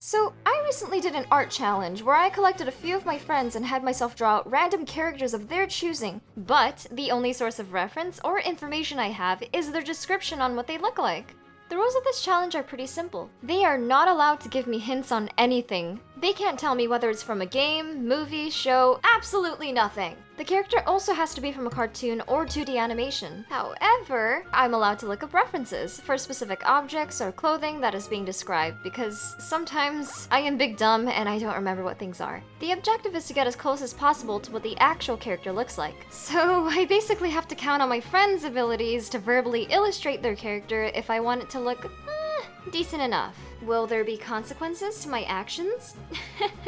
So, I recently did an art challenge where I collected a few of my friends and had myself draw out random characters of their choosing, but the only source of reference or information I have is their description on what they look like. The rules of this challenge are pretty simple. They are not allowed to give me hints on anything. They can't tell me whether it's from a game, movie, show, absolutely nothing. The character also has to be from a cartoon or 2D animation. However, I'm allowed to look up references for specific objects or clothing that is being described because sometimes I am big dumb and I don't remember what things are. The objective is to get as close as possible to what the actual character looks like. So I basically have to count on my friends' abilities to verbally illustrate their character if I want it to look eh, decent enough. Will there be consequences to my actions?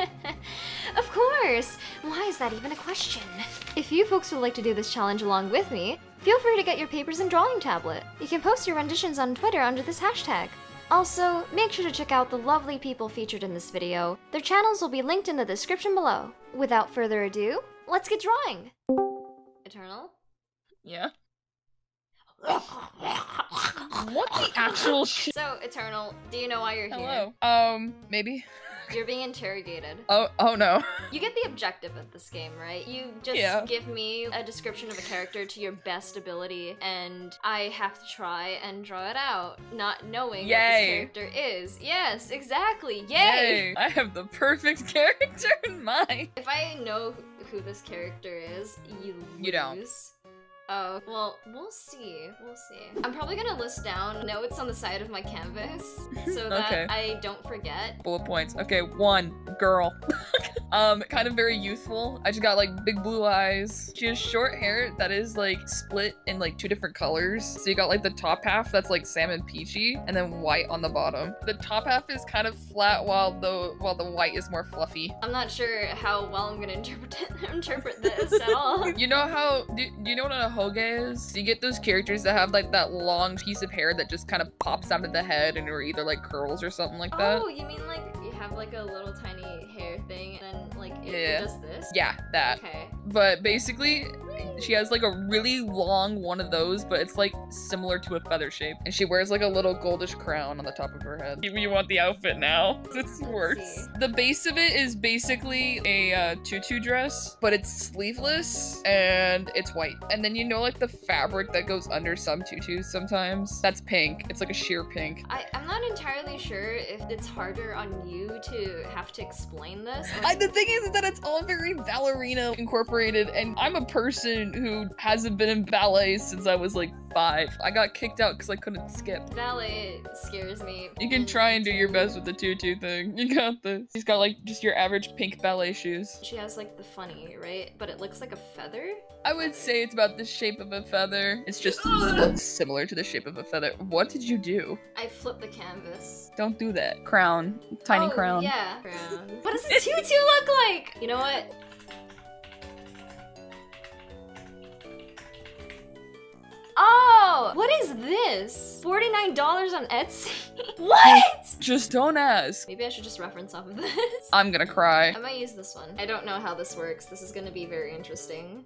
of course! Why is that even a question? If you folks would like to do this challenge along with me, feel free to get your papers and drawing tablet. You can post your renditions on Twitter under this hashtag. Also, make sure to check out the lovely people featured in this video. Their channels will be linked in the description below. Without further ado, let's get drawing! Eternal? Yeah. What the actual shit? So, Eternal, do you know why you're here? Hello. Um, maybe. You're being interrogated. Oh, oh no. You get the objective of this game, right? You just Yeah. give me a description of a character to your best ability, and I have to try and draw it out, not knowing Yay. what this character is. Yes, exactly. Yay! Yay! I have the perfect character in mind. If I know who this character is, you lose. You don't. Oh, well, we'll see. We'll see. I'm probably gonna list down notes on the side of my canvas so that Okay. I don't forget. Bullet points. Okay, one girl. um, kind of very youthful. I just got like big blue eyes. She has short hair that is like split in like two different colors. So you got like the top half that's like salmon peachy, and then white on the bottom. The top half is kind of flat, while the while the white is more fluffy. I'm not sure how well I'm gonna interpret interpret this at all. You know how do, do you know what a hoge is? You get those characters that have like that long piece of hair that just kind of pops out of the head and are either like curls or something like that. Oh, you mean like you have like a little tiny hair thing and then like it, Yeah. it does this? Yeah, that. Okay. But basically, she has like a really long one of those, but it's like similar to a feather shape, and she wears like a little goldish crown on the top of her head. You, you want the outfit now? It's worse. see. The base of it is basically a uh, tutu dress, but it's sleeveless and it's white. And then you know like the fabric that goes under some tutus sometimes. That's pink. It's like a sheer pink. I, I'm not entirely sure if it's harder on you to have to explain this. or- I, the thing is, is that it's all very ballerina incorporated, and I'm a person who hasn't been in ballet since I was like five. I got kicked out because I couldn't skip. ballet scares me. You can try and do your best with the tutu thing. You got this. She's got like just your average pink ballet shoes. She has like the funny, right? But it looks like a feather. I would say it's about the shape of a feather. It's just similar to the shape of a feather. What did you do? I flip the canvas. Don't do that. Crown. Tiny Oh, crown. Yeah. Crown. What does the tutu look like? You know what? Oh, what is this? Forty-nine dollars on Etsy. what? Just don't ask. Maybe I should just reference off of this. I'm gonna cry. I might use this one. I don't know how this works. This is gonna be very interesting.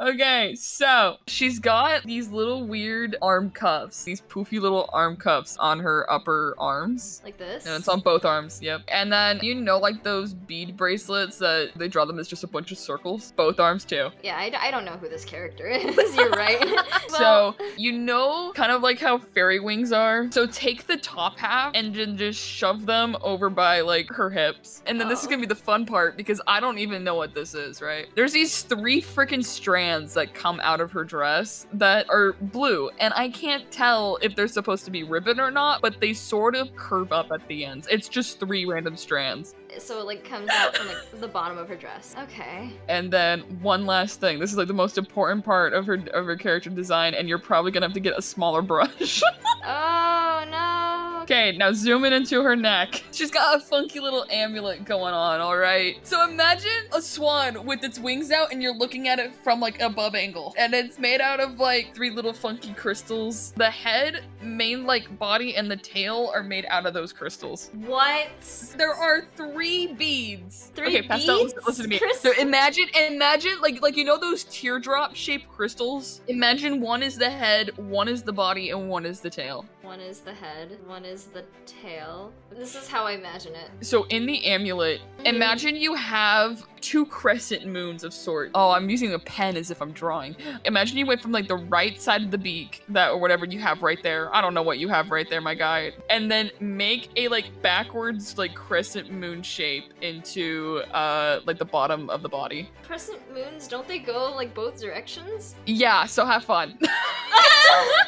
Okay, so she's got these little weird arm cuffs, these poofy little arm cuffs on her upper arms. Like this. And it's on both arms, yep. And then, you know, like those bead bracelets that they draw them as just a bunch of circles? Both arms, too. Yeah, I, d- I don't know who this character is. You're right. Well, So, you know, kind of like how fairy wings are. So, take the top half and then just shove them over by like her hips. And then this is Oh. gonna be the fun part because I don't even know what this is, right? There's these three freaking strands that come out of her dress that are blue. And I can't tell if they're supposed to be ribbon or not, but they sort of curve up at the ends. It's just three random strands. so it like comes out from like the bottom of her dress. Okay. And then one last thing. This is like the most important part of her of her character design, and you're probably gonna have to get a smaller brush. Oh no, Okay, now zooming into her neck. She's got a funky little amulet going on, all right? So imagine a swan with its wings out and you're looking at it from like above angle. And it's made out of like three little funky crystals. The head, main like body, and the tail are made out of those crystals. What? There are three beads. Three okay, Pastel, listen, beads? listen to me. Crystals? So imagine, imagine, like, like you know those teardrop shaped crystals. Imagine one is the head, one is the body, and one is the tail. One is the head, one is the tail. This is how I imagine it. So in the amulet, Mhm. imagine you have two crescent moons of sort. Oh, I'm using a pen as if I'm drawing. Imagine you went from like the right side of the beak, that or whatever you have right there. I don't know what you have right there, my guy. And then make a like backwards like crescent moon shape into uh like the bottom of the body. Crescent moons, don't they go like both directions? Yeah, so have fun.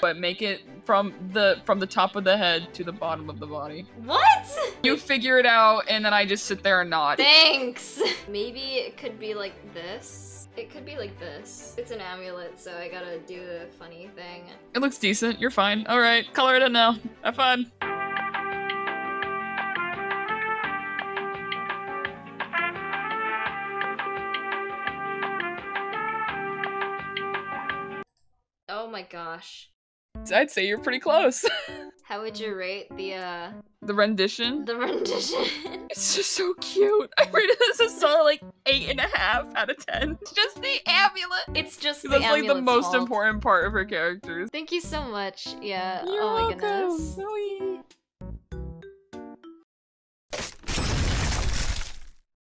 but make it from the from the top of the head to the bottom of the body. what? You figure it out and then I just sit there and nod. Thanks! Maybe it could be like this. It could be like this. It's an amulet, so I gotta do the funny thing. It looks decent. You're fine. All right, color it in now. Have fun. Oh my gosh. I'd say you're pretty close. How would you rate the uh the rendition. the rendition? It's just so cute. I rated this a solid like eight and a half out of ten. It's Just the amulet. it's just 'Cause the That's like the amulet's most fault. important part of her characters. Thank you so much. Yeah. You're oh my welcome. goodness. Zoe.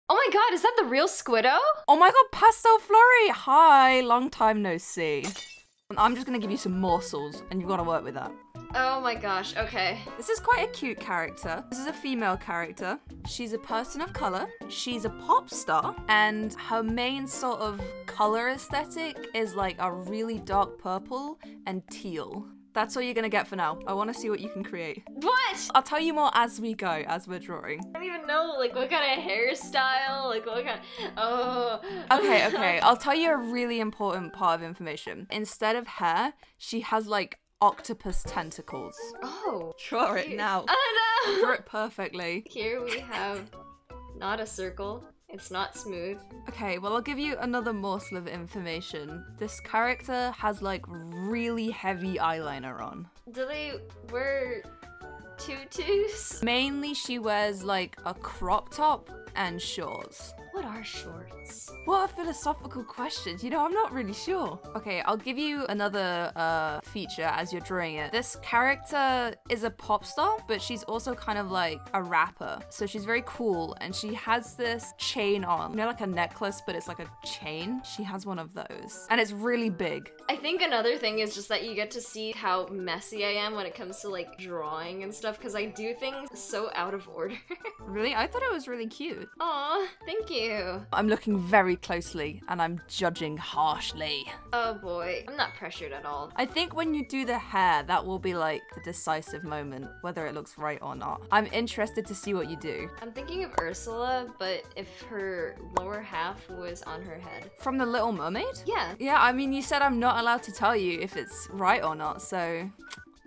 Oh my god, is that the real Squiddo? Oh my god, Pastel Flurry! Hi, long time no see. And I'm just gonna give you some morsels, and you've got to work with that. Oh my gosh. Okay. This is quite a cute character. This is a female character. She's a person of color. She's a pop star, and her main sort of color aesthetic is like a really dark purple and teal. That's all you're gonna get for now. I want to see what you can create. What? I'll tell you more as we go, as we're drawing. I don't even know like what kind of hairstyle, like what kind. Oh. Okay, okay. I'll tell you a really important part of information. Instead of hair, she has like octopus tentacles. oh. Draw it cute. now. Oh no. Draw it perfectly. Here we have not a circle. It's not smooth. Okay, well, I'll give you another morsel of information. This character has like really heavy eyeliner on. Do they wear tutus? Mainly, she wears like a crop top and shorts. What are shorts? What a philosophical question. You know, I'm not really sure. Okay, I'll give you another uh, feature as you're drawing it. This character is a pop star, but she's also kind of like a rapper. So she's very cool and she has this chain on. You know, like a necklace, but it's like a chain. She has one of those. And it's really big. I think another thing is just that you get to see how messy I am when it comes to like drawing and stuff because I do things so out of order. Really? I thought it was really cute. Aw, thank you. I'm looking very closely and I'm judging harshly. Oh boy, I'm not pressured at all. I think when you do the hair, that will be like the decisive moment, whether it looks right or not. I'm interested to see what you do. I'm thinking of Ursula, but if her lower half was on her head. From The Little Mermaid? Yeah. Yeah, I mean, you said I'm not allowed to tell you if it's right or not, so.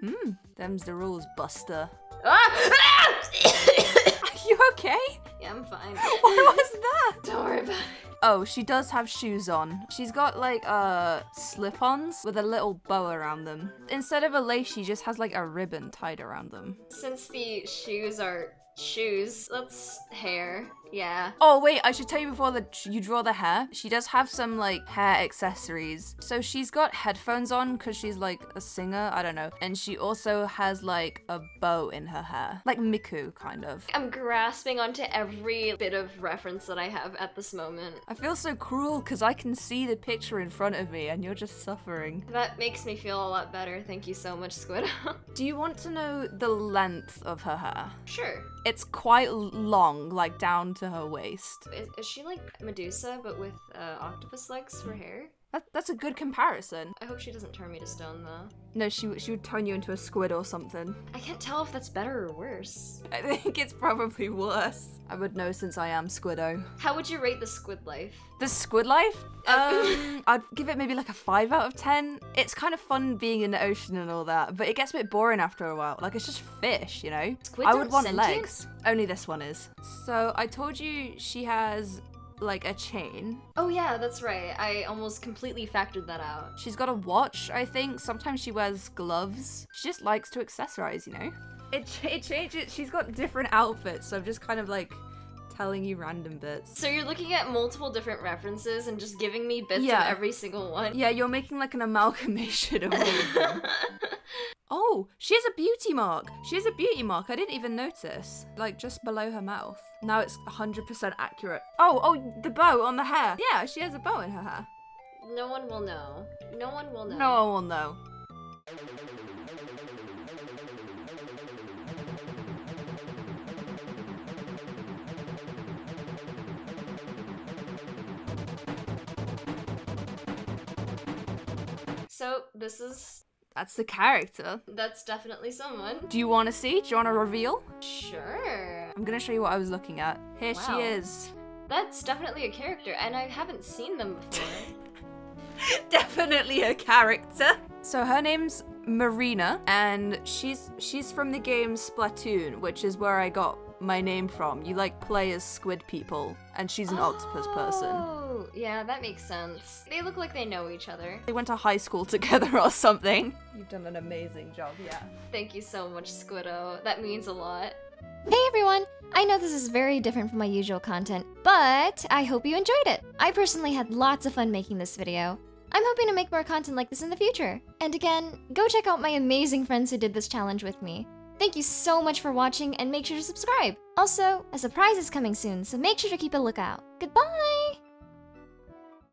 Hmm. Them's the rules, Buster. Ah! Are you okay? yeah, I'm fine. What was that? Don't worry about it. Oh, she does have shoes on. She's got like uh slip-ons with a little bow around them. Instead of a lace, she just has like a ribbon tied around them. Since the shoes are shoes, let's hair. Yeah. Oh wait, I should tell you before the you draw the hair. She does have some like hair accessories. So she's got headphones on because she's like a singer. I don't know, and she also has like a bow in her hair, like Miku kind of. I'm grasping onto every bit of reference that I have at this moment. I feel so cruel because I can see the picture in front of me and you're just suffering. That makes me feel a lot better. Thank you so much, Squid. Do you want to know the length of her hair? sure. It's quite l- long, like down to her waist. Is, is she like Medusa but with uh, octopus legs for hair? That, that's a good comparison. I hope she doesn't turn me to stone though. No, she w- she would turn you into a squid or something. I can't tell if that's better or worse. I think it's probably worse. I would know since I am Squiddo. How would you rate the squid life? The Squid Life? Um. Um, I'd give it maybe like a 5 out of 10. It's kind of fun being in the ocean and all that, but it gets a bit boring after a while. Like, it's just fish, you know? Squids I would aren't want sentient? legs. Only this one is. So, I told you she has like a chain. Oh yeah, that's right. I almost completely factored that out. She's got a watch, I think. Sometimes she wears gloves. She just likes to accessorize, you know? It, ch- it changes. She's got different outfits, so I'm just kind of like telling you random bits. So you're looking at multiple different references and just giving me bits Yeah. of every single one. Yeah, you're making like an amalgamation of all of them. Oh, she has a beauty mark. She has a beauty mark. I didn't even notice. Like just below her mouth. Now it's 100% accurate. Oh, oh, the bow on the hair. Yeah, she has a bow in her hair. no one will know. No one will know. No one will know. So this is That's the character. that's definitely someone. Do you want to see? Do you want to reveal? Sure. I'm going to show you what I was looking at. Here Wow. she is. That's definitely a character, and I haven't seen them before. Definitely a character. So her name's Marina and she's she's from the game Splatoon, which is where I got my name from. You like play as squid people and she's an octopus person. Oh, yeah, that makes sense. They look like they know each other. They went to high school together or something. You've done an amazing job, yeah. Thank you so much, Squiddo. That means a lot. Hey everyone! I know this is very different from my usual content, but I hope you enjoyed it. I personally had lots of fun making this video. I'm hoping to make more content like this in the future. And again, go check out my amazing friends who did this challenge with me. Thank you so much for watching and make sure to subscribe. Also, a surprise is coming soon, so make sure to keep a lookout. Goodbye!